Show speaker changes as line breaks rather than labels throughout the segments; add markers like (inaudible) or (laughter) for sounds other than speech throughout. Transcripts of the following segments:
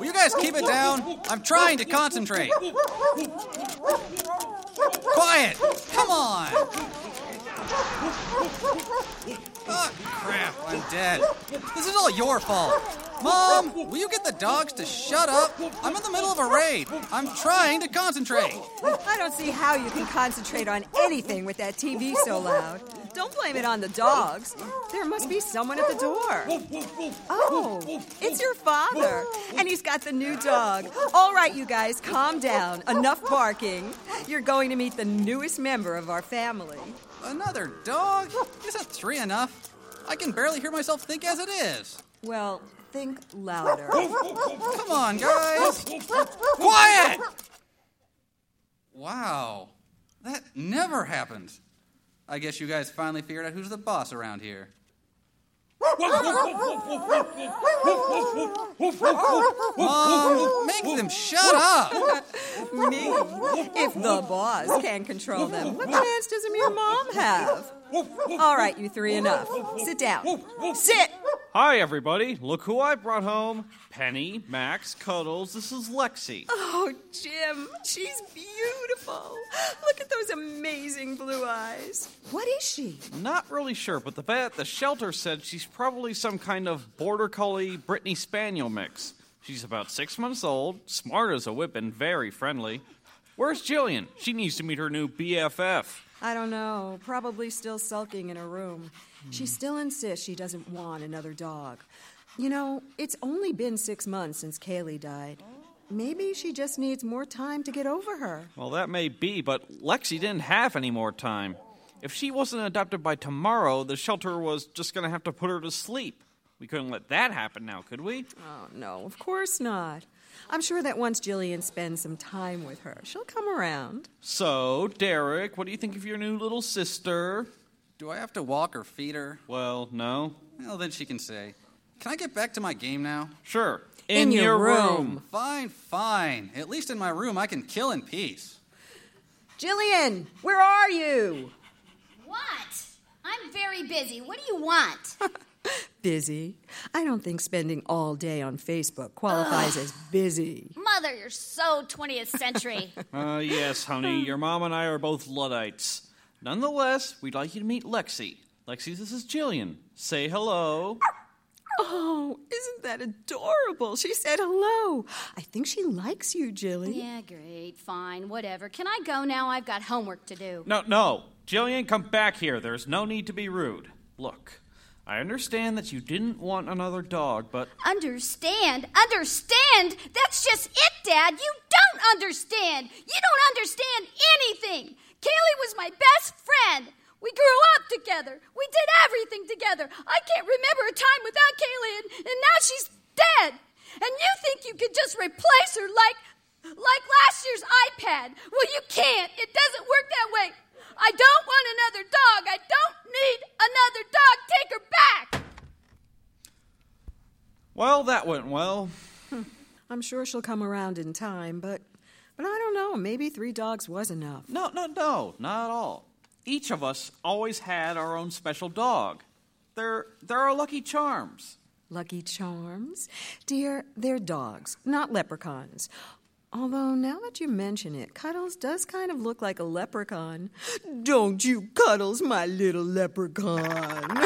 it down. I'm trying to concentrate. Quiet! Come on! Oh, crap, I'm dead. This is all your fault. Mom, will you get the dogs to shut up? I'm in the middle of a raid. I'm trying to concentrate.
I don't see how you can concentrate on anything with that TV so loud. Don't blame it on the dogs. There must be someone at the door. Oh, it's your father. And he's got the new dog. All right, you guys, calm down. Enough barking. You're going to meet the newest member of our family.
Another dog? Isn't three enough? I can barely hear myself think as it is.
Well, think louder.
Come on, guys. Quiet! Wow, that never happened. I guess you guys finally figured out who's the boss around here. Mom, make them shut up!
Me? If the boss can't control them, what chance does a mere mom have? All right, you three, enough. Sit down. Sit!
Hi, everybody. Look who I brought home Penny, Max, Cuddles. This is Lexi.
Oh, Jim, she's beautiful. Look at those amazing blue eyes. What is she?
Not really sure, but the vet at the shelter said she's probably some kind of border collie Brittany Spaniel mix. She's about six months old, smart as a whip, and very friendly. Where's Jillian? She needs to meet her new BFF.
I don't know. Probably still sulking in her room. She still insists she doesn't want another dog. You know, it's only been six months since Kaylee died. Maybe she just needs more time to get over her.
Well, that may be, but Lexi didn't have any more time. If she wasn't adopted by tomorrow, the shelter was just going to have to put her to sleep. We couldn't let that happen now, could we?
Oh, no, of course not. I'm sure that once Jillian spends some time with her, she'll come around.
So, Derek, what do you think of your new little sister?
Do I have to walk or feed her?
Well, no.
Well, then she can say, Can I get back to my game now?
Sure.
In your room.
Fine, fine. At least in my room, I can kill in peace.
Jillian, where are you?
What? I'm very busy. What do you want?
Busy. I don't think spending all day on Facebook qualifies as busy.
Mother, you're so 20th century.
Uh, yes, honey, your mom and I are both Luddites. Nonetheless, we'd like you to meet Lexi. Lexi, this is Jillian. Say hello.
Oh, isn't that adorable? She said hello. I think she likes you, Jillian.
yeah, great, fine, whatever. Can I go now? I've got homework to do.
No, no. Jillian, come back here. There's no need to be rude. Look, I understand that you didn't want another dog, but
Understand? Understand? That's just it, Dad. You don't understand. You don't understand anything. Kaylee was my best friend. We grew up together. We did everything together. I can't remember a time without Kaylee, and, and now she's dead. And you think you could just replace her like, like last year's iPad? Well, you can't. It doesn't work that way. I don't want another dog. I don't need another dog. Take her back.
well, that went well.
Hmm. I'm sure she'll come around in time, but but I don't know, maybe 3 dogs was enough.
No, no, no, not at all. Each of us always had our own special dog. They're they're our lucky charms.
Lucky Charms. Dear, they're dogs, not leprechauns. Although, now that you mention it, Cuddles does kind of look like a leprechaun. Don't you, Cuddles, my little leprechaun? (laughs)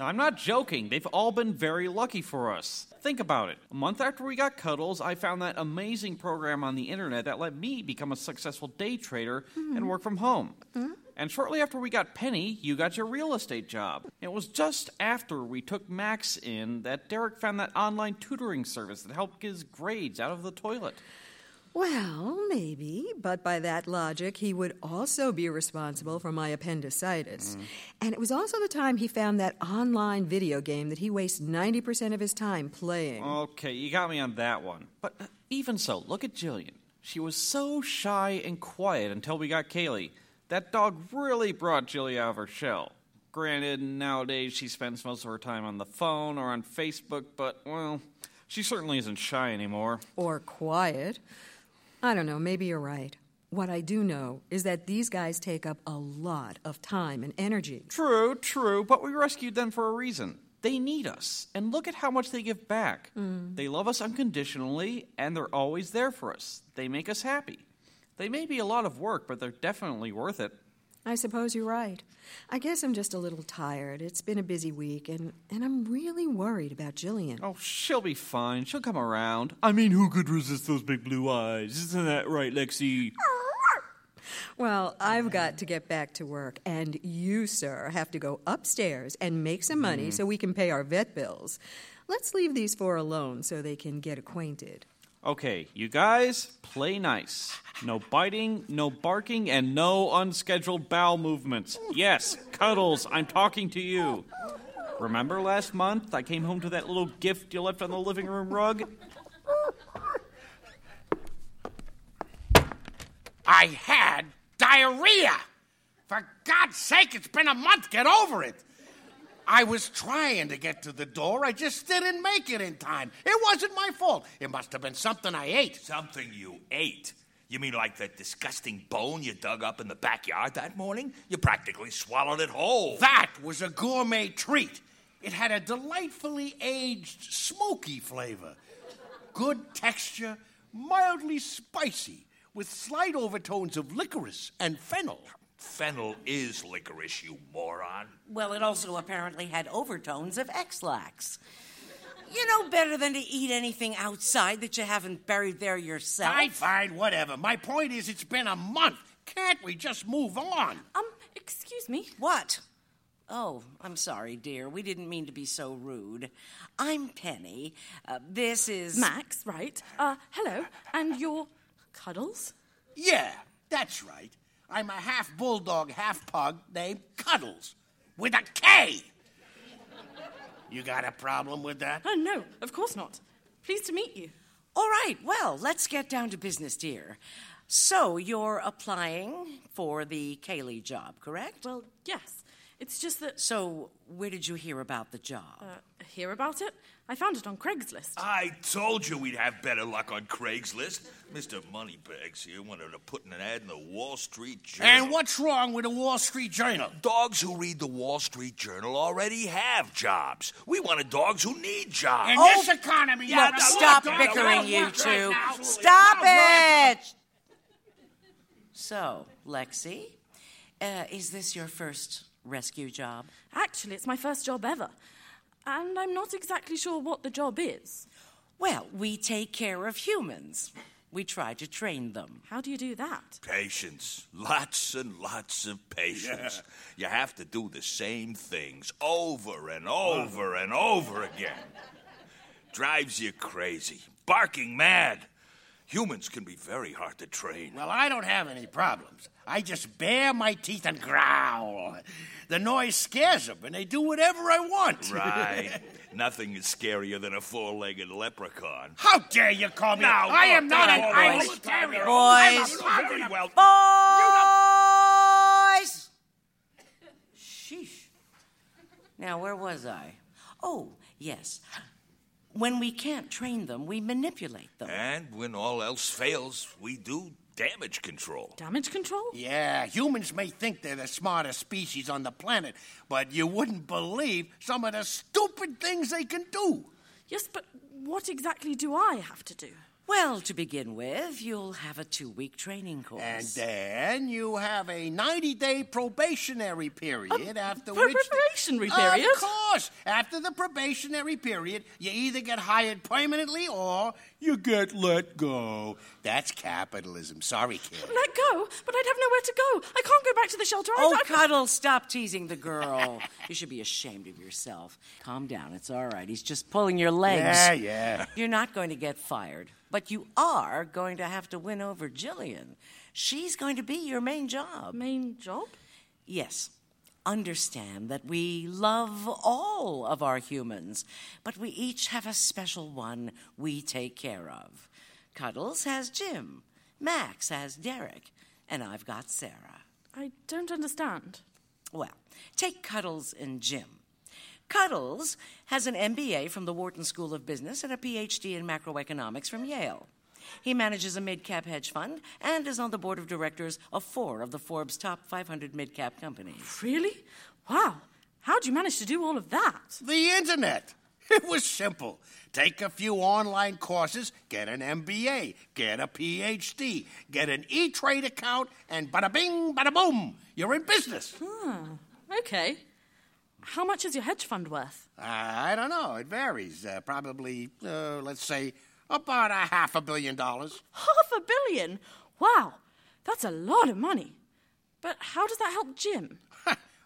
I'm not joking. They've all been very lucky for us. Think about it. A month after we got Cuddles, I found that amazing program on the internet that let me become a successful day trader and work from home. And shortly after we got Penny, you got your real estate job. It was just after we took Max in that Derek found that online tutoring service that helped get his grades out of the toilet.
well, maybe, but by that logic, he would also be responsible for my appendicitis. And it was also the time he found that online video game that he wastes 90% of his time playing.
Okay, you got me on that one. But uh, even so, look at Jillian. She was so shy and quiet until we got Kaylee. That dog really brought Jillian out of her shell. Granted, nowadays she spends most of her time on the phone or on Facebook, but, well, she certainly isn't shy anymore.
or quiet. I don't know, maybe you're right. What I do know is that these guys take up a lot of time and energy.
True, true, but we rescued them for a reason. They need us. And look at how much they give back.
Mm.
They love us unconditionally, and they're always there for us. They make us happy. They may be a lot of work, but they're definitely worth it.
I suppose you're right. I guess I'm just a little tired. It's been a busy week, and, and I'm really worried about Jillian.
Oh, she'll be fine. She'll come around. I mean, who could resist those big blue eyes? Isn't that right, Lexi?
Well, I've got to get back to work, and you, sir, have to go upstairs and make some money so we can pay our vet bills. Let's leave these four alone so they can get acquainted.
Okay, you guys, play nice. No biting, no barking, and no unscheduled bowel movements. Yes, Cuddles, I'm talking to you. Remember last month I came home to that little gift you left on the living room rug?
I had diarrhea. For God's sake, it's been a month. Get over it. I was trying to get to the door. I just didn't make it in time. It wasn't my fault. It must have been something I ate.
Something you ate. You mean like that disgusting bone you dug up in the backyard that morning? You practically swallowed it whole.
That was a gourmet treat. It had a delightfully aged, smoky flavor. Good texture, mildly spicy, with slight overtones of licorice and fennel.
Fennel is licorice, you moron.
Well, it also apparently had overtones of X-Lax. You know better than to eat anything outside that you haven't buried there yourself.
Fine, fine, whatever. My point is, it's been a month. Can't we just move on?
Um, excuse me.
What? Oh, I'm sorry, dear. We didn't mean to be so rude. I'm Penny. Uh, this is
Max, right? Uh, hello. And your cuddles?
Yeah, that's right. I'm a half bulldog, half pug named Cuddles with a K. You got a problem with that?
Oh, no, of course not. Pleased to meet you.
All right. Well, let's get down to business, dear. So you're applying for the Kaylee job, correct?
Well, yes. It's just that
So where did you hear about the job?
uh, hear about it. I found it on Craigslist.
I told you we'd have better luck on Craigslist. Mr. Moneybags here wanted to put an ad in the Wall Street Journal.
And what's wrong with the Wall Street Journal?
Dogs who read the Wall Street Journal already have jobs. We wanted dogs who need jobs.
In this economy,
Yeah,
you're a
stop
bulldog.
bickering,
You're
you
out right
two.
now.
Stop
You're out
it! So, Lexi, uh, is this your first rescue job?
Actually, it's my first job ever. And I'm not exactly sure what the job is.
Well, we take care of humans. We try to train them.
How do you do that?
Patience. Lots and lots of patience. You have to do the same things over and over and over again. Drives you crazy. Barking mad. Humans can be very hard to train.
Well, I (laughs) don't have any problems. I just bare my teeth and growl. The noise scares them, and they do whatever I want.
Right. Nothing is scarier than a four legged leprechaun.
(laughs) How dare you call me?
No,
I am
no,
not an
no,
Irish
boys.
terrier.
Boys.
I'm a very well.
Boys! Sheesh. Now, where was I? Oh, yes. When we can't train them, we manipulate them.
And when all else fails, we do damage control.
Damage control?
Yeah, humans may think they're the smartest species on the planet, but you wouldn't believe some of the stupid things they can do.
Yes, but what exactly do I have to do?
Well, to begin with, you'll have a two week training course.
And then you have a 90 day probationary period after
pro-
which. the-
probationary period?
Of course! After the probationary period, you either get hired permanently or you get let go. That's capitalism. Sorry, kid.
Let go? But I'd have nowhere to go. I can't go back to the shelter. I-
Oh,
I-
Cuddle, stop teasing the girl. you should be ashamed of yourself. Calm down. It's all right. He's just pulling your legs.
Yeah, yeah. (laughs)
You're not going to get fired, but you are going to have to win over Jillian. She's going to be your main job.
Main job?
Yes. Understand that we love all of our humans, but we each have a special one we take care of. Cuddles has Jim, Max has Derek, and I've got Sarah.
I don't understand.
Well, take Cuddles and Jim. Cuddles has an MBA from the Wharton School of Business and a PhD in macroeconomics from Yale. He manages a mid cap hedge fund and is on the board of directors of four of the Forbes top 500 mid cap companies.
Really? Wow. How'd you manage to do all of that?
The internet. (laughs) It was simple. Take a few online courses, get an MBA, get a PhD, get an E Trade account, and bada bing, bada boom, you're in business.
Hmm. Okay. How much is your hedge fund worth?
I don't know. It varies. Uh, probably, uh, let's say, about a half a billion dollars.
Half a billion? Wow, that's a lot of money. But how does that help Jim?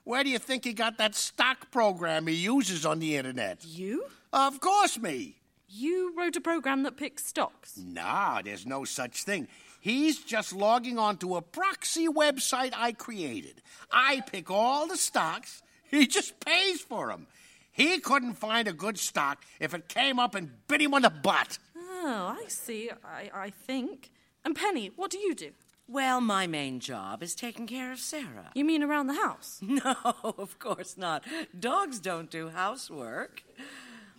Where do you think he got that stock program he uses on the internet?
You?
Of course, me.
You wrote a program that picks stocks.
Nah, there's no such thing. He's just logging onto a proxy website I created. I pick all the stocks, (laughs) he just pays for them. He couldn't find a good stock if it came up and bit him on the butt.
Oh, I see, I, I think. And Penny, what do you do?
Well, my main job is taking care of Sarah.
You mean around the house?
(laughs) No, of course not. Dogs don't do housework.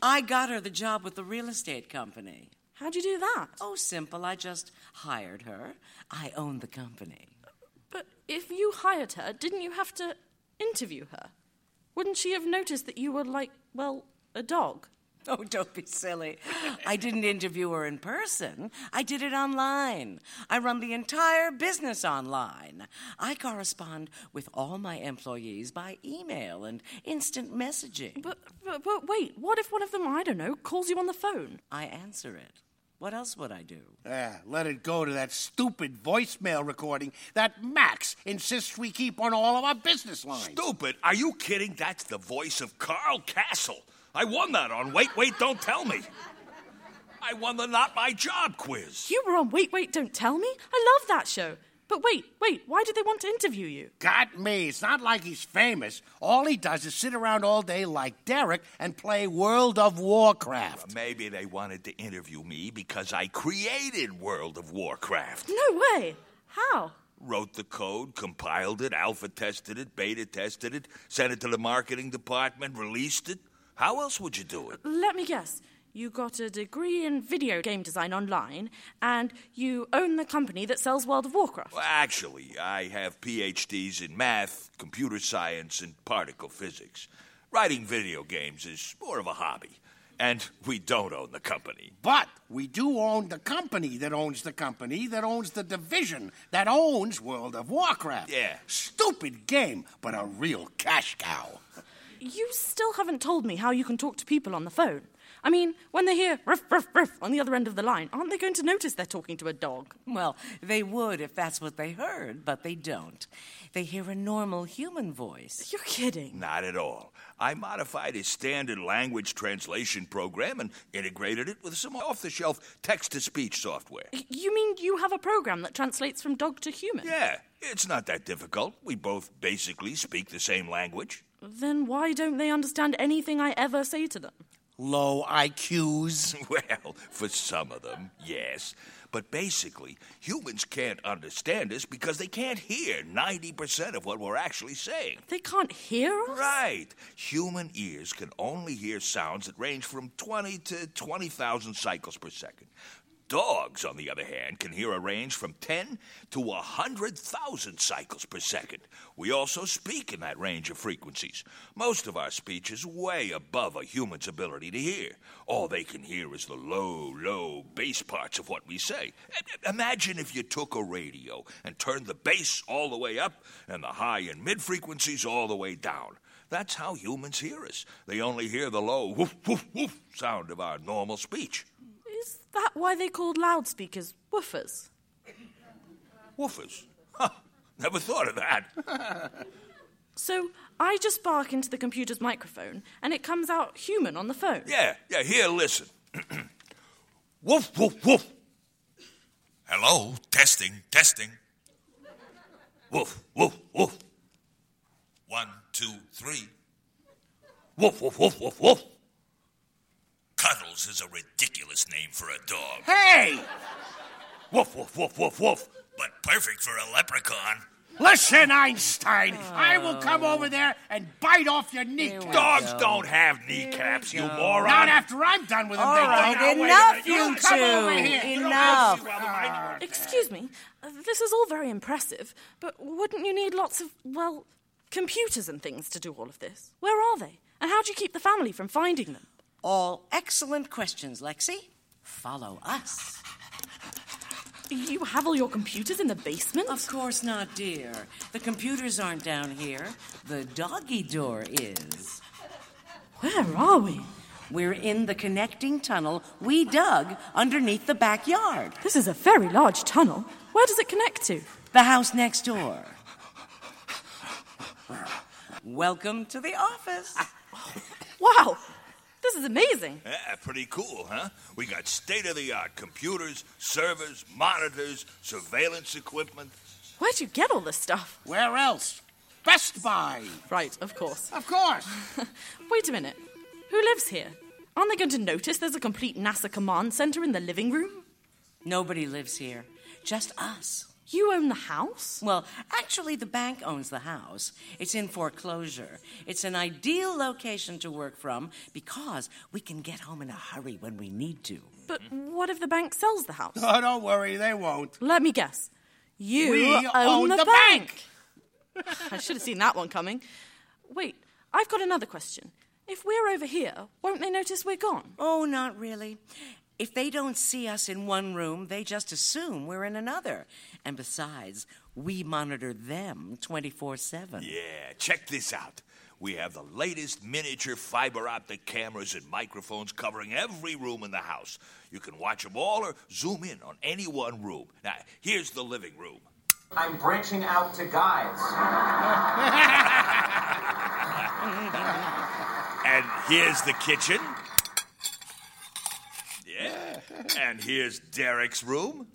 I got her the job with the real estate company.
How'd you do that?
Oh, simple. I just hired her. I own the company.
But if you hired her, didn't you have to interview her? Wouldn't she have noticed that you were like, well, a dog?
(laughs) Oh, don't be silly. I didn't interview her in person. I did it online. I run the entire business online. I correspond with all my employees by email and instant messaging.
But, but, but wait, what if one of them, I don't know, calls you on the phone?
I answer it. What else would I do?
Ah, let it go to that stupid voicemail recording that Max insists we keep on all of our business lines.
Stupid. Are you kidding? That's the voice of Carl Castle. I won that on Wait, Wait, Don't Tell Me. I won the Not My Job quiz.
You were on Wait, Wait, Don't Tell Me? I love that show. But wait, wait, why did they want to interview you?
Got me. It's not like he's famous. All he does is sit around all day like Derek and play World of Warcraft.
Maybe they wanted to interview me because I created World of Warcraft.
No way! How?
Wrote the code, compiled it, alpha tested it, beta tested it, sent it to the marketing department, released it. How else would you do it?
Let me guess. You got a degree in video game design online, and you own the company that sells World of Warcraft.
Well, actually, I have PhDs in math, computer science, and particle physics. Writing video games is more of a hobby, and we don't own the company.
But we do own the company that owns the company that owns the division that owns World of Warcraft.
Yeah.
Stupid game, but a real cash cow.
You still haven't told me how you can talk to people on the phone. I mean, when they hear ruff, ruff, ruff on the other end of the line, aren't they going to notice they're talking to a dog?
Well, they would if that's what they heard, but they don't. They hear a normal human voice.
You're kidding.
Not at all. I modified his standard language translation program and integrated it with some off the shelf text to speech software.
You mean you have a program that translates from dog to human?
Yeah, it's not that difficult. We both basically speak the same language.
Then why don't they understand anything I ever say to them?
Low IQs.
(laughs) Well, for some of them, yes. But basically, humans can't understand us because they can't hear 90% of what we're actually saying.
They can't hear us?
Right. Human ears can only hear sounds that range from 20 to 20,000 cycles per second. Dogs, on the other hand, can hear a range from 10 to 100,000 cycles per second. We also speak in that range of frequencies. Most of our speech is way above a human's ability to hear. All they can hear is the low, low bass parts of what we say. I- I- Imagine if you took a radio and turned the bass all the way up and the high and mid frequencies all the way down. That's how humans hear us. They only hear the low woof, woof, woof sound of our normal speech.
Is that why they called loudspeakers woofers?
Woofers. Huh. Never thought of that.
So I just bark into the computer's microphone and it comes out human on the phone.
Yeah, yeah, here, listen. woof, woof, woof. Hello, testing, testing. Woof, woof, woof. One, two, three. (laughs) Woof, woof, woof, woof, woof. Cuddles is a ridiculous name for a dog.
Hey,
Woof, woof, woof, woof, woof. But perfect for a leprechaun.
listen, Einstein.
Oh.
I will come over there and bite off your kneecap.
Dogs don't have kneecaps, you moron.
Not after I'm done with them.
All
they
right,
don't. Now, wait a minute.
enough,
You
you
come over here.
two.
You don't
Enough.
see why the mighty work.
Excuse me, uh, this is all very impressive, but wouldn't you need lots of, well, computers and things to do all of this? Where are they? And how do you keep the family from finding them?
All excellent questions, Lexi. Follow us.
You have all your computers in the basement?
Of course not, dear. The computers aren't down here. The doggy door is.
Where are we?
We're in the connecting tunnel we dug underneath the backyard.
This is a very large tunnel. Where does it connect to?
The house next door. Welcome to the office.
(laughs) Wow! This is amazing.
Yeah, pretty cool, huh? We got state of the art computers, servers, monitors, surveillance equipment.
Where'd you get all this stuff?
Where else? Best Buy.
Right, of course.
Of course.
(laughs) Wait a minute. Who lives here? Aren't they going to notice there's a complete NASA command center in the living room?
Nobody lives here, just us.
You own the house?
Well, actually, the bank owns the house. It's in foreclosure. It's an ideal location to work from because we can get home in a hurry when we need to.
But what if the bank sells the house?
Oh, don't worry, they won't.
Let me guess. You
We
own,
own
the,
the
bank. I should have seen that one coming. Wait, I've got another question. If we're over here, won't they notice we're gone?
Oh, not really. If they don't see us in one room, they just assume we're in another. And besides, we monitor them 24 7.
Yeah, check this out. We have the latest miniature fiber optic cameras and microphones covering every room in the house. You can watch them all or zoom in on any one room. Now, here's the living room.
I'm branching out to
(laughs)
guides.
And here's the kitchen. Yeah. And here's Derek's room.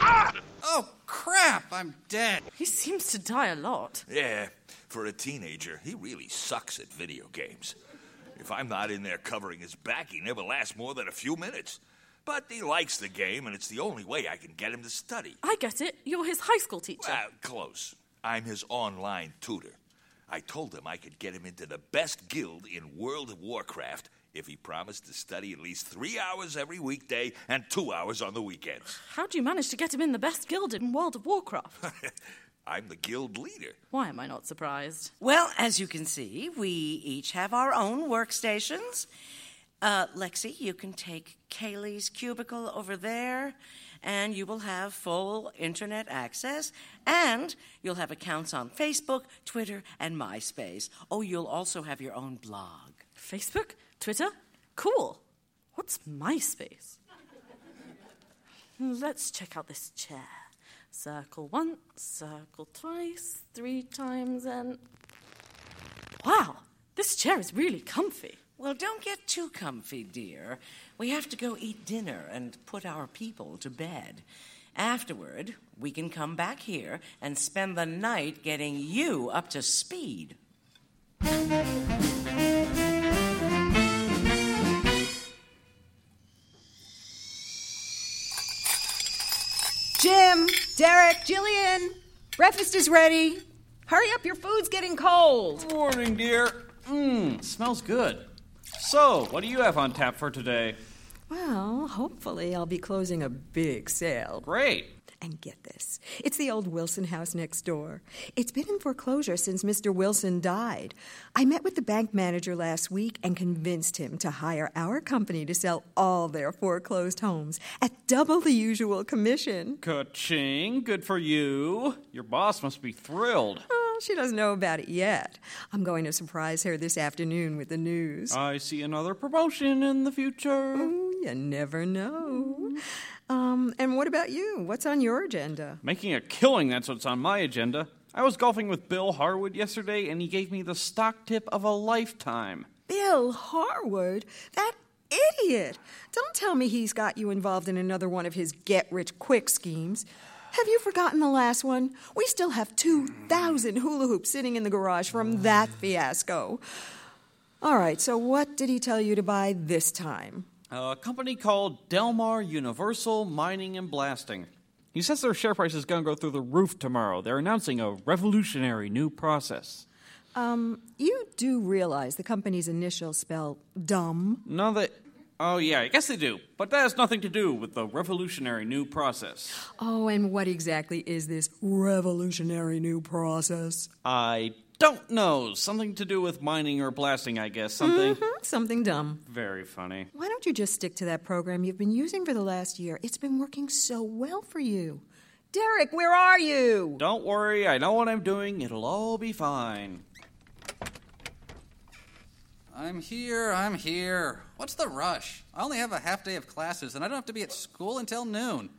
Ah!
Oh, crap, I'm dead.
He seems to die a lot.
Yeah, for a teenager, he really sucks at video games. If I'm not in there covering his back, he never lasts more than a few minutes. But he likes the game, and it's the only way I can get him to study.
I get it. You're his high school teacher.
Well, close. I'm his online tutor. I told him I could get him into the best guild in World of Warcraft if he promised to study at least three hours every weekday and two hours on the weekends. (laughs)
How do you manage to get him in the best guild in World of Warcraft?
I'm the guild leader.
Why am I not surprised?
Well, as you can see, we each have our own workstations. Uh, Lexi, you can take Kaylee's cubicle over there, and you will have full internet access, and you'll have accounts on Facebook, Twitter, and MySpace. Oh, you'll also have your own blog.
Facebook? Twitter? Cool. What's MySpace? Let's check out this chair. Circle once, circle twice, three times, and. Wow! This chair is really comfy.
Well, don't get too comfy, dear. We have to go eat dinner and put our people to bed. Afterward, we can come back here and spend the night getting you up to speed.
Jim, Derek, Jillian, breakfast is ready. Hurry up, your food's getting cold.
Morning, dear. Mmm, smells good. So, what do you have on tap for today?
Well, hopefully, I'll be closing a big sale.
Great.
And get this it's the old Wilson house next door. It's been in foreclosure since Mr. Wilson died. I met with the bank manager last week and convinced him to hire our company to sell all their foreclosed homes at double the usual commission.
Ka-ching, good for you. Your boss must be thrilled.
Well, she doesn't know about it yet. I'm going to surprise her this afternoon with the news.
I see another promotion in the future. Mm-hmm.
You never know. Um, and what about you? What's on your agenda?
Making a killing, that's what's on my agenda. I was golfing with Bill Harwood yesterday, and he gave me the stock tip of a lifetime.
Bill Harwood, that idiot. Don't tell me he's got you involved in another one of his get rich quick schemes. Have you forgotten the last one? We still have 2,000 hula hoops sitting in the garage from that fiasco. All right, so what did he tell you to buy this time?
A company called Delmar Universal Mining and Blasting. He says their share price is going to go through the roof tomorrow. They're announcing a revolutionary new process.
Um, You do realize the company's initials spell dumb.
Now that. Oh, yeah, I guess they do. But that has nothing to do with the revolutionary new process.
Oh, and what exactly is this revolutionary new process?
I Don't know. Something to do with mining or blasting, I guess. Something
Something dumb.
Mm-hmm. very funny.
Why don't you just stick to that program you've been using for the last year? It's been working so well for you. Derek, where are you?
Don't worry, I know what I'm doing. It'll all be fine.
I'm here, I'm here. What's the rush? I only have a half day of classes and I don't have to be at school until noon.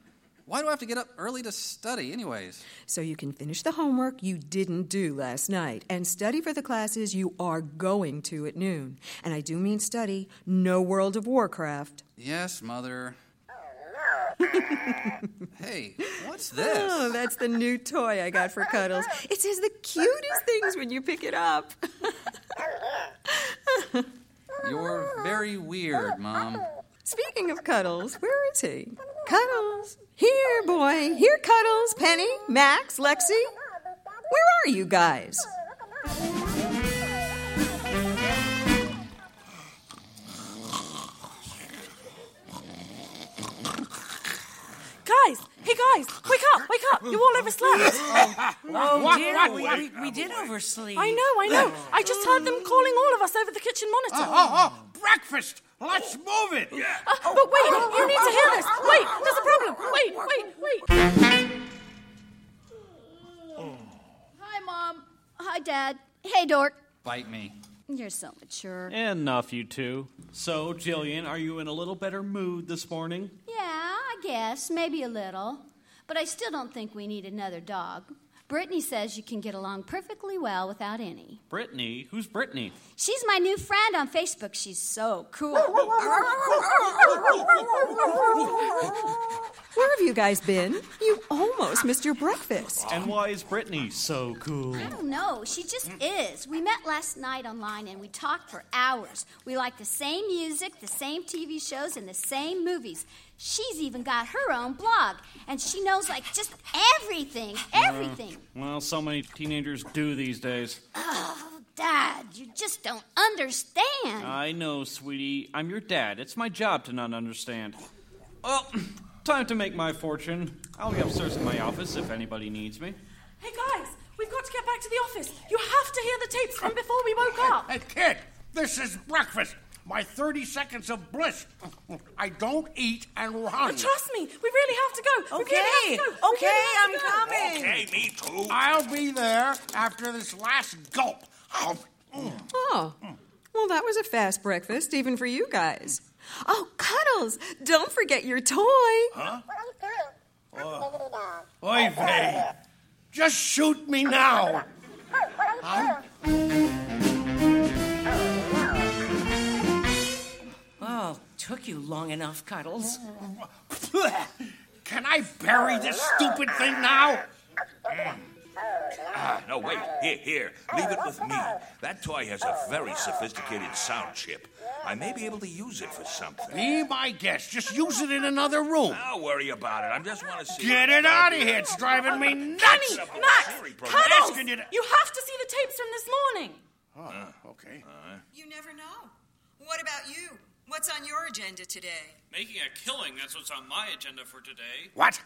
Why do I have to get up early to study, anyways?
So you can finish the homework you didn't do last night and study for the classes you are going to at noon. And I do mean study, no World of Warcraft.
Yes, Mother. hey, (laughs) what's this?
Oh, (laughs) that's the new toy I got for Cuddles. It says the cutest things when you pick it up.
You're very weird, Mom.
Speaking of Cuddles, where is he? Cuddles, here, boy. Here, Cuddles, Penny, Max, Lexi. Where are you guys?
Guys, hey guys, wake up, wake up. You all overslept.
Oh,
What?
dear,
What?
we,
What?
we, we did oversleep.
I know, I
(laughs)
know. I just heard them calling all of us over the kitchen monitor.
Oh, oh, breakfast. Let's move it.
Uh, but wait, you need to hear this. Wait, there's a problem. Wait, wait, wait.
Hi, Mom. Hi, Dad. Hey, Dork.
Bite me.
You're so mature.
Enough, you two. So, Jillian, are you in a little better mood this morning?
Yeah, I guess. Maybe a little. But I still don't think we need another dog. Brittany says you can get along perfectly well without any.
Brittany? Who's Brittany?
She's my new friend on Facebook. She's so cool.
Where have you guys been? You almost missed your breakfast.
And why is Brittany so cool?
I don't know. She just is. We met last night online and we talked for hours. We like the same music, the same TV shows, and the same movies. She's even got her own blog, and she knows like just everything, everything.
Well, so many teenagers do these days.
Oh, Dad, you just don't understand.
I know, sweetie. I'm your dad. It's my job to not understand. Well, time to make my fortune. I'll be upstairs in my office if anybody needs me.
Hey guys, we've got to get back to the office. You have to hear the tapes from before we woke up.
Hey, kid, this is breakfast. My 30 seconds of bliss. I don't eat and run.
But trust me, we really have to go. We really
Okay,
have to go. We
okay,
really have
I'm
to go.
coming.
Okay, me too.
I'll be there after this last gulp. Mm.
Oh, well, that was a fast breakfast, even for you guys. Oh, Cuddles, don't forget your toy.
Oy vey. Just shoot me now.
Oh, took you long enough, Cuddles.
Can I bury this stupid thing now?
Ah, No, wait. Here, here. Leave it with me. That toy has a very sophisticated sound chip. I may be able to use it for something.
Be my guest. Just use it in another room.
I'll worry about it. I just want to see.
Get it out of here. It's driving me nuts.
Penny!
Max,
Sorry, bro.
Cuddles,
Asking you to-
you have to see the tapes from this morning.
Oh, Okay.
You never know. What about you? What's on your agenda today?
Making a killing, that's what's on my agenda for today.
What?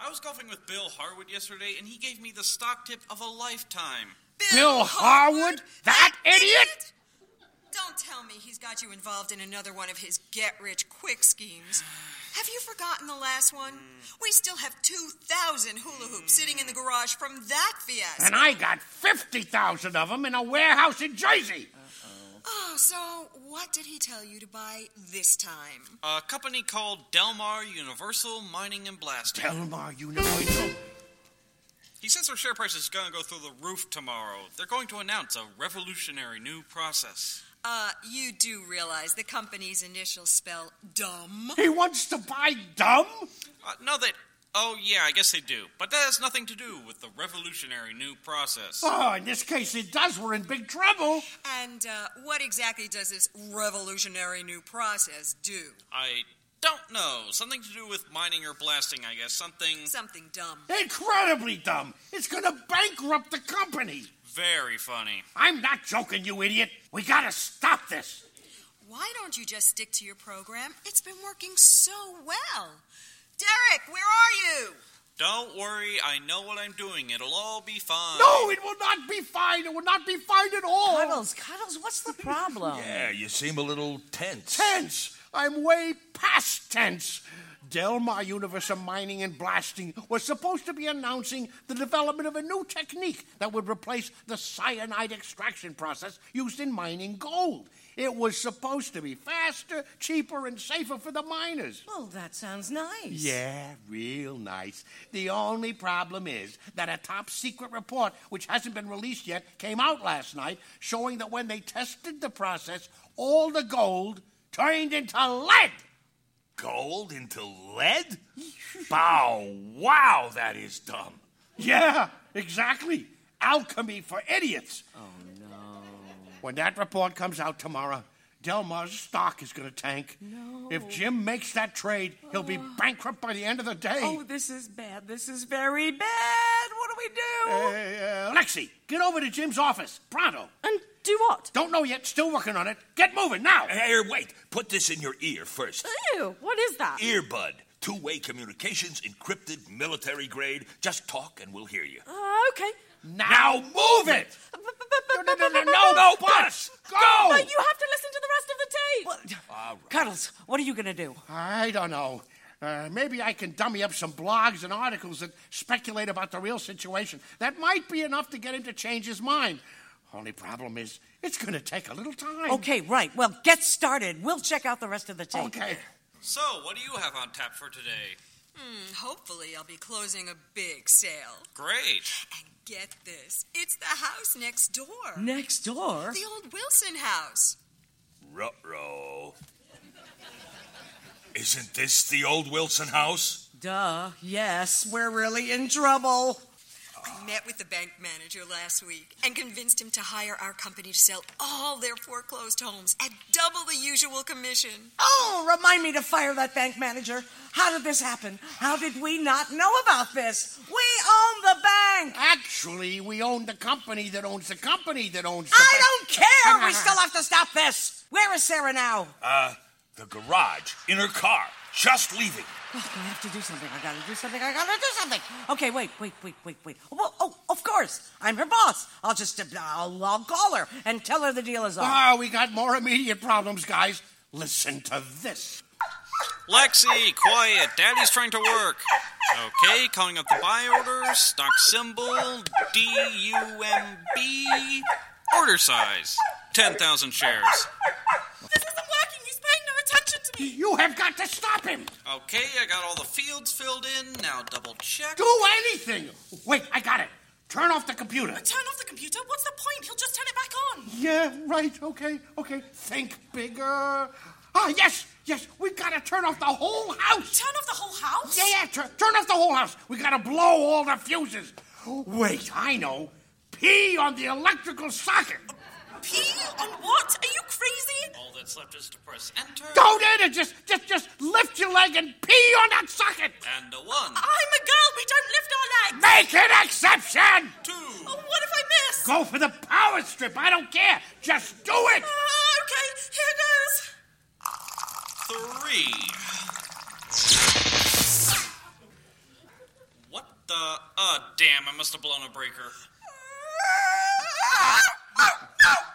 I was golfing with Bill Harwood yesterday, and he gave me the stock tip of a lifetime.
Bill Harwood? That idiot?
Don't tell me he's got you involved in another one of his get rich quick schemes. Have you forgotten the last one? We still have 2,000 hula hoops sitting in the garage from that fiasco.
And I got 50,000 of them in a warehouse in Jersey.
Oh, so what did he tell you to buy this time?
A company called Delmar Universal Mining and Blasting.
Delmar Universal.
He says their share price is going to go through the roof tomorrow. They're going to announce a revolutionary new process.
Uh, you do realize the company's initials spell dumb.
He wants to buy dumb?
Uh, no, that. Oh, yeah, I guess they do. But that has nothing to do with the revolutionary new process.
Oh, in this case it does. We're in big trouble.
And uh, what exactly does this revolutionary new process do?
I don't know. Something to do with mining or blasting, I guess. Something
Something dumb.
Incredibly dumb. It's going to bankrupt the company.
very funny.
I'm not joking, you idiot. We got to stop this.
Why don't you just stick to your program? It's been working so well. Derek, where are you?
Don't worry, I know what I'm doing. It'll all be
Uh.
fine.
No, it will not be fine. It will not be fine at all.
Cuddles, Cuddles, what's the problem?
Yeah, you seem a little tense.
tense. I'm way past tense. Delmar Universal Mining and Blasting was supposed to be announcing the development of a new technique that would replace the cyanide extraction process used in mining gold. It was supposed to be faster, cheaper, and safer for the miners.
Well, that sounds nice.
Yeah, real nice. The only problem is that a top secret report, which hasn't been released yet, came out last night showing that when they tested the process, all the gold turned into lead.
Gold into lead? Bow wow, that is dumb.
Yeah, exactly. Alchemy for idiots. Oh, no. When that report comes out tomorrow, Delmar's stock is going to tank. No. If Jim makes that trade, he'll
(gasps)
be bankrupt by the end of the day.
Oh, this is bad. This is very bad. What do we do?
Uh, Lexi, get over to Jim's office. Pronto.
And do what?
Don't know yet. Still working on it. Get moving now.
Here, wait. Put this in your ear first.
Ew, what is that?
Earbud. Two way communications, encrypted, military grade. Just talk and we'll hear you.
Uh, okay.
Now move it!
B- b- b-
No, no,
b-
no,
b-
no,
b-
no,
b-
no, Bus! Go!
But you have to listen to the rest of the tape.
Cuddles, what are you going to do?
I don't know. Uh, maybe I can dummy up some blogs and articles that speculate about the real situation. That might be enough to get him to change his mind. Only problem is, it's going to take a little time.
Okay, right. Well, get started. We'll check out the rest of the tape.
Okay.
So, what do you have on tap for today?
Hmm, Hopefully, I'll be closing a big sale.
Great.
And get this it's the house next door
Next door.
the old Wilson house.
Ruh-roh. Isn't this the old Wilson house?
Duh. Yes, we're really in trouble. Oh.
I met with the bank manager last week and convinced him to hire our company to sell all their foreclosed homes at double the usual commission.
Oh, remind me to fire that bank manager. How did this happen? How did we not know about this? We own the bank.
Actually, we own the company that owns the company that owns the.
I don't care.
(laughs)
We still have to stop this. Where is Sarah now?
Uh, the garage, in her car, just leaving.
Oh, I have to do something. I gotta do something. I gotta do something. Okay, wait, wait, wait, wait, wait. Oh, oh of course. I'm her boss. I'll just, uh, I'll, I'll call her and tell her the deal is off.
Ah, we got more immediate problems, guys. Listen to this.
Lexi, quiet. Daddy's trying to work. Okay, calling up the buy order, stock symbol, D-U-M-B, order size, 10,000 shares.
This isn't working. He's paying no attention to me.
You have got to stop him.
Okay, I got all the fields filled in. Now double check.
Do anything. Wait, I got it. Turn off the computer.
Turn off the computer. What's the point? He'll just turn it back on.
Yeah, right. Okay, okay. Think bigger. Ah, yes, yes. We gotta turn off the whole house.
Turn off the whole house?
Yeah, yeah. Tur- turn off the whole house. We gotta blow all the fuses. Wait, I know. Pee on the electrical socket.
Pee on what? Are you crazy?
All that's left is to press enter.
Go in and just, just, just lift your leg and pee on that socket.
And a one,
I'm a girl. We don't lift our legs.
Make an exception.
two.
Oh, what if I miss?
Go for the power strip. I don't care. Just do it.
Ah, okay, here goes.
three. What the? Uh, damn, I must have blown a breaker.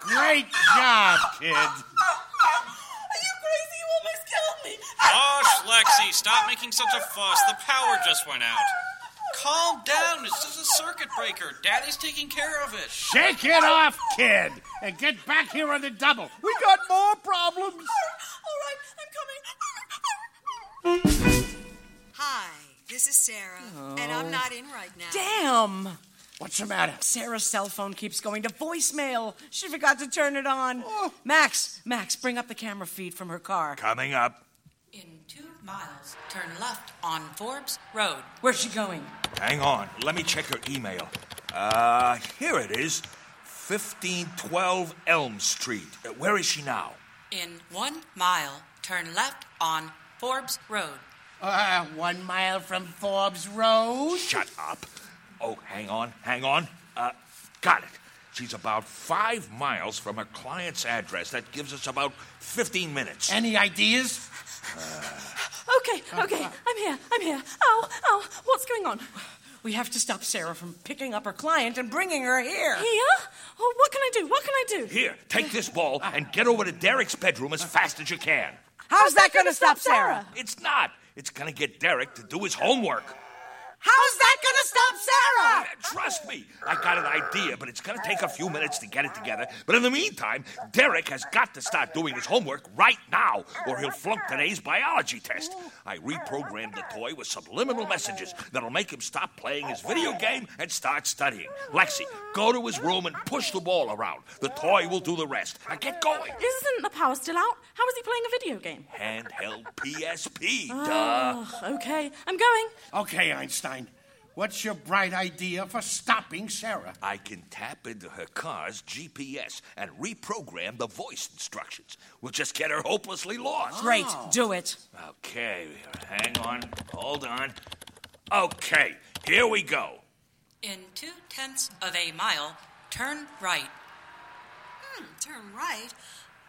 Great job, kid.
Are you crazy? You almost killed me.
Gosh, Lexi, stop making such a fuss. The power just went out. Calm down, it's just a circuit breaker. Daddy's taking care of it.
Shake it off, kid, and get back here on the double. We got more problems.
All right, I'm coming.
Hi, this is Sarah, and I'm not in right now.
Oh. Damn.
What's the matter?
Sarah's cell phone keeps going to voicemail. She forgot to turn it on.
Oh.
Max, Max, bring up the camera feed from her car.
Coming up.
In two miles, turn left on Forbes Road.
Where's she going?
Hang on. Let me check her email. Uh, here it is. 1512 Elm Street. Uh, where is she now?
In one mile, turn left on Forbes Road.
Uh, one mile from Forbes Road.
Shut up. Oh, hang on, hang on. Uh, got it. She's about five miles from her client's address. That gives us about 15 minutes.
Any ideas?
Okay, okay,
uh.
I'm here, I'm here. Oh, Ow, ow, what's going on?
We have to stop Sarah from picking up her client and bringing her here.
Here? Oh, what can I do? What can I do?
Here, take this ball and get over to Derek's bedroom as fast as you can.
How's that going to stop Sarah?
It's not. It's gonna get Derek to do his homework.
How's that going to stop Sarah?
Trust me, I got an idea, but it's gonna take a few minutes to get it together. But in the meantime, Derek has got to start doing his homework right now, or he'll flunk today's biology test. I reprogrammed the toy with subliminal messages that'll make him stop playing his video game and start studying. Lexi, go to his room and push the ball around. The toy will do the rest. Now get going.
uh, Isn't the power still out? How is he playing a video game?
Handheld PSP,
uh,
duh.
Ah, okay, I'm going.
Okay, Einstein. What's your bright idea for stopping Sarah?
I can tap into her car's GPS and reprogram the voice instructions. We'll just get her hopelessly lost.
Great,
Oh.
do it.
Okay, hang on, hold on. Okay, here we go.
In two tenths of a mile, turn right.
Hmm, turn right?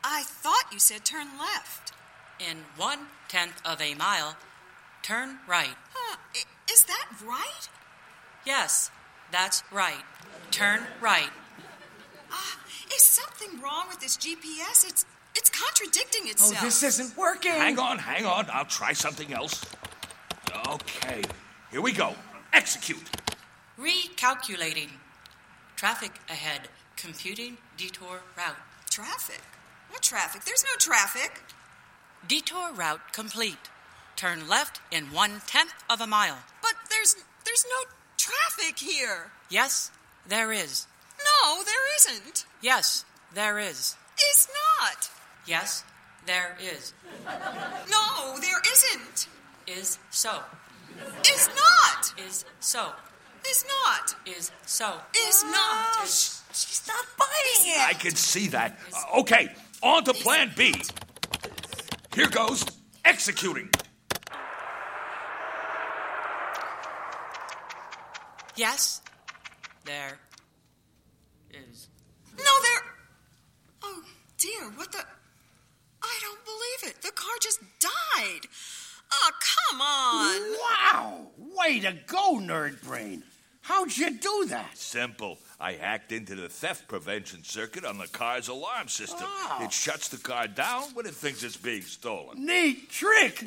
I thought you said turn left.
In one tenth of a mile, turn right.
Huh, i- is that right?
Yes, that's right. Turn right.
Ah, is something wrong with this GPS? It's it's contradicting
Oh,
itself.
isn't working.
Hang on, hang on, I'll try something else. Okay, here we go. Execute.
Recalculating. Traffic ahead. Computing detour route.
Traffic? What traffic? There's no traffic.
Detour route complete. Turn left in one tenth of a mile.
But there's there's no traffic here.
Yes, there is.
No, there isn't.
Yes, there is.
It's not.
Yes, there is.
No, there isn't.
Is so.
Is not.
Is so.
Is not.
Is so.
Is not.
She's not buying it.
I can see that. Uh, okay, on to plan B. Here goes executing.
Yes, there is.
No, there. Oh dear, what the? I don't believe it. The car just died. Oh, come on.
Wow! Way to go, nerd brain. How'd you do that?
Simple. I hacked into the theft prevention circuit on the car's alarm system. It shuts the car down when it thinks it's being stolen.
Neat trick.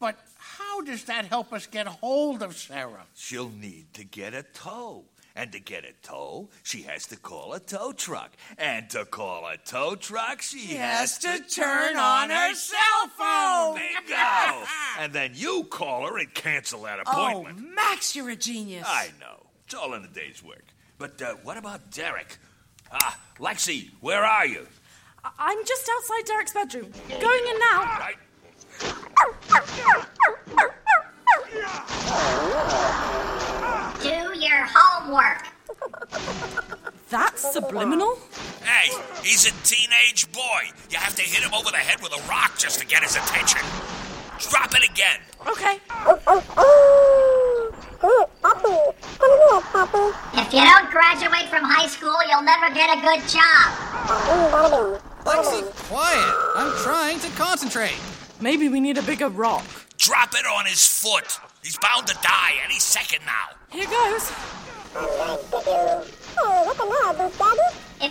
But how does that help us get hold of Sarah?
She'll need to get a tow. And to get a tow, she has to call a tow truck. And to call a tow truck, she, has, to turn on her cell
Oh.
phone.
(laughs)
Bingo! and then you call her and cancel that
Oh,
appointment.
Max, you're a genius.
I know. It's all in a day's work. But uh, what about Derek? Ah, Lexi, where are you?
I- I'm just outside Derek's bedroom. Going in now.
Right.
Do your homework.
That's subliminal.
Hey, he's a teenage boy. You have to hit him over the head with a rock just to get his attention. Drop it again.
Okay.
If you don't graduate from high school, you'll never get a good job.
Lexi, quiet. I'm trying to concentrate.
Maybe we need a bigger rock.
Drop it on his foot. He's bound to die any second now.
Here goes.
If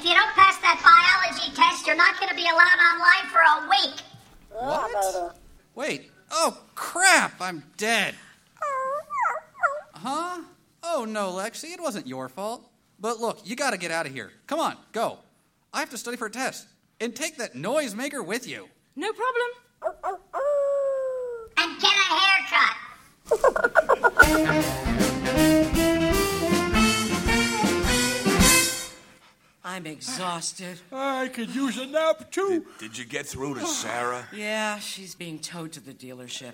you don't pass that biology test, you're not going to be allowed online for a week.
What? Wait. Oh, crap. I'm dead. Huh? Oh, no, Lexi. It wasn't your fault. But look, you gotta get out of here. Come on, go. I have to study for a test. And take that noisemaker with you.
No problem.
And get a haircut.
I'm exhausted.
I could use a nap too.
Did you get through
(sighs)
to Sarah?
Yeah, she's being towed to the dealership.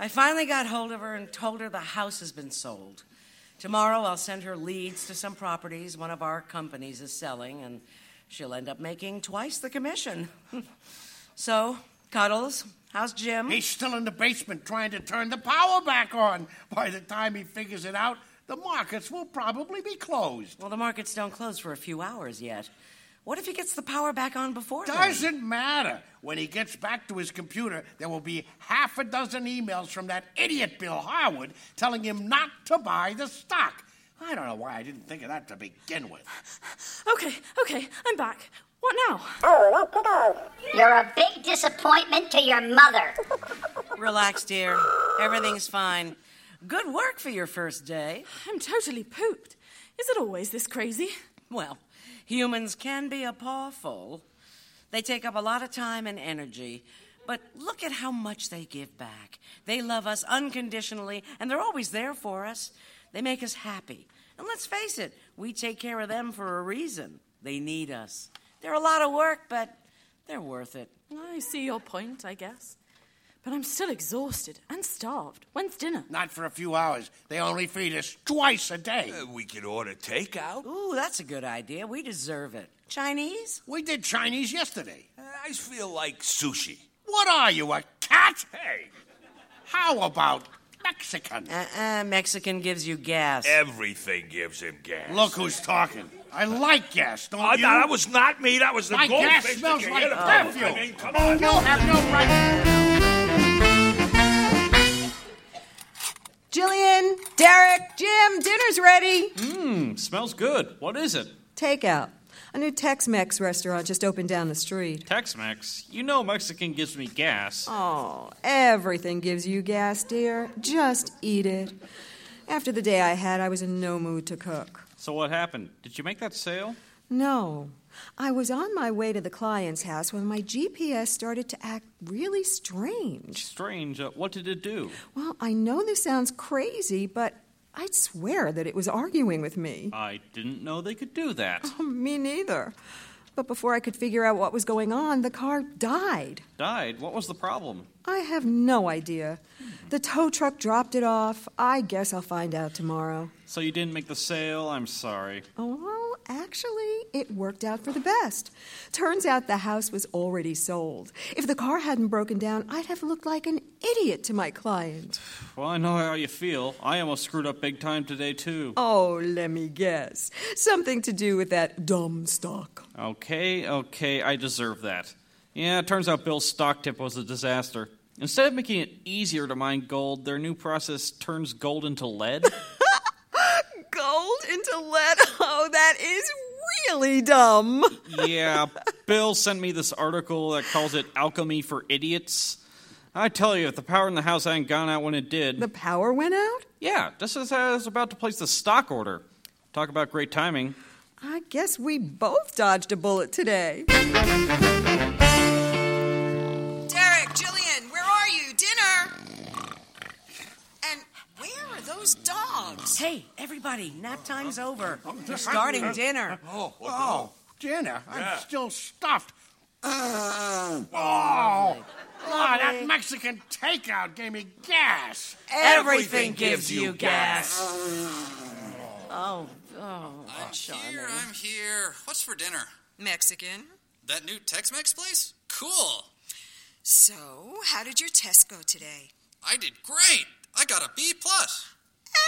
I finally got hold of her and told her the house has been sold. Tomorrow I'll send her leads to some properties one of our companies is selling, and she'll end up making twice the commission. (laughs) so, Cuddles, how's Jim?
He's still in the basement trying to turn the power back on. By the time he figures it out, the markets will probably be closed.
Well, the markets don't close for a few hours yet. What if he gets the power back on before? then?
Doesn't matter. When he gets back to his computer, there will be half a dozen emails from that idiot Bill Harwood telling him not to buy the stock. I don't know why I didn't think of that to begin with.
Okay, okay, I'm back. What now?
Oh, You're a big disappointment to your mother.
Relax, dear. Everything's fine. Good work for your first day.
I'm totally pooped. Is it always this crazy?
Well, humans can be a paw full. They take up a lot of time and energy, but look at how much they give back. They love us unconditionally, and they're always there for us. They make us happy. And let's face it, we take care of them for a reason. They need us. They're a lot of work, but they're worth it.
I see your point, I guess. But I'm still exhausted and starved. When's dinner?
Not for a few hours. They only feed us twice a day.
Uh, we could order takeout.
Ooh, that's a good idea. We deserve it. Chinese?
We did Chinese yesterday.
(sighs) I just feel like sushi.
What are you, a cat? Hey, how about Mexican? Eh,
Uh, Mexican gives you gas.
Everything gives him gas.
Look who's talking. I like gas, don't
Oh,
you?
no, that was not me. That was the
My gas
goldfish that
smells
you
like
hit a-
perfume.
I mean, come on.
No, no, right.
Jillian, Derek, Jim, dinner's ready.
Mmm, smells good. What is it?
Takeout. A new Tex Mex restaurant just opened down the street.
Tex Mex. You know Mexican gives me gas.
Oh, everything gives you gas, dear. Just eat it. After the day I had, I was in no mood to cook.
So what happened? Did you make that sale?
No. I was on my way to the client's house when my GPS started to act really strange.
Strange. Uh, what did it do?
Well, I know this sounds crazy, but I'd swear that it was arguing with me. (laughs)
I didn't know they could do that.
Me neither. But before I could figure out what was going on, the car died.
Died. What was the problem?
I have no idea. The tow truck dropped it off. I guess I'll find out tomorrow.
So you didn't make the sale? I'm sorry.
Oh, well, actually, it worked out for the best. Turns out the house was already sold. If the car hadn't broken down, I'd have looked like an idiot to my client.
Well, I know how you feel. I almost screwed up big time today, too.
Oh, let me guess. Something to do with that dumb stock. (gasps)
Okay, okay, I deserve that. Yeah, it turns out Bill's stock tip was a disaster. Instead of making it easier to mine gold, their new process turns gold
(laughs)
into lead.
Gold into lead? (laughs) Oh, that is really dumb.
yeah, Bill sent me this article that calls it Alchemy for Idiots. I tell you, if the power in the house hadn't gone out when it did. The
power went out?
Yeah, just as I was about to place the stock order. Talk about great timing.
I guess we both dodged a bullet today.
Derek, Jillian, where are you? Dinner! And where are those dogs?
Hey, everybody, nap time's over. We're starting dinner.
Oh, oh dinner? I'm still stuffed.
Uh,
oh, Ah, that Mexican takeout gave me gas.
Everything gives you gas. Oh, oh,
I'm here, I'm here. What's for dinner?
Mexican.
That new Tex Mex place? Cool.
So, how did your test go today?
I did great. I got a B plus.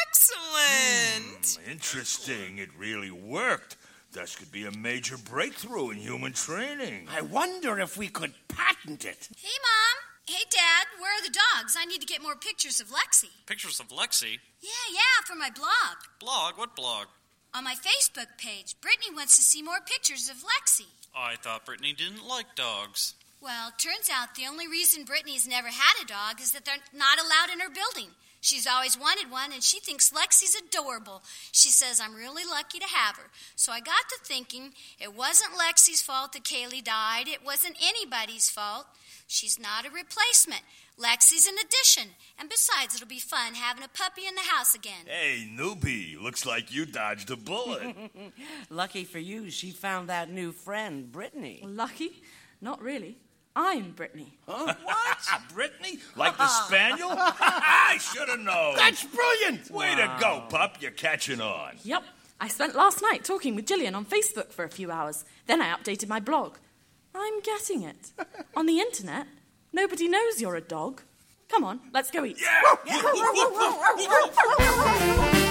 Excellent!
Hmm, Interesting. It really worked. This could be a major breakthrough in human training.
I wonder if we could patent it.
Hey, Mom. Hey, Dad. Where are the dogs? I need to get more pictures of Lexi.
Pictures of Lexi.
Yeah, yeah, for my blog.
Blog? What blog?
On my Facebook page, Brittany wants to see more pictures of Lexi.
I thought Brittany didn't like dogs.
Well, turns out the only reason Brittany's never had a dog is that they're not allowed in her building. She's always wanted one, and she thinks Lexi's adorable. She says, I'm really lucky to have her. So I got to thinking it wasn't Lexi's fault that Kaylee died, it wasn't anybody's fault. She's not a replacement. Lexi's an addition. And besides, it'll be fun having a puppy in the house
(laughs)
again.
Hey, newbie, looks like you dodged a bullet.
Lucky for you, she found that new friend, Brittany.
Lucky? Not really. I'm Brittany.
(laughs)
what? Brittany? Like
(laughs)
the spaniel? (laughs) I should have known.
That's brilliant.
Way to go, pup. You're catching on.
Yep. I spent last night talking with Gillian on Facebook for a few hours. Then I updated my blog. I'm getting it. on the internet, nobody knows you're a dog. Come on, let's go eat.
Yeah!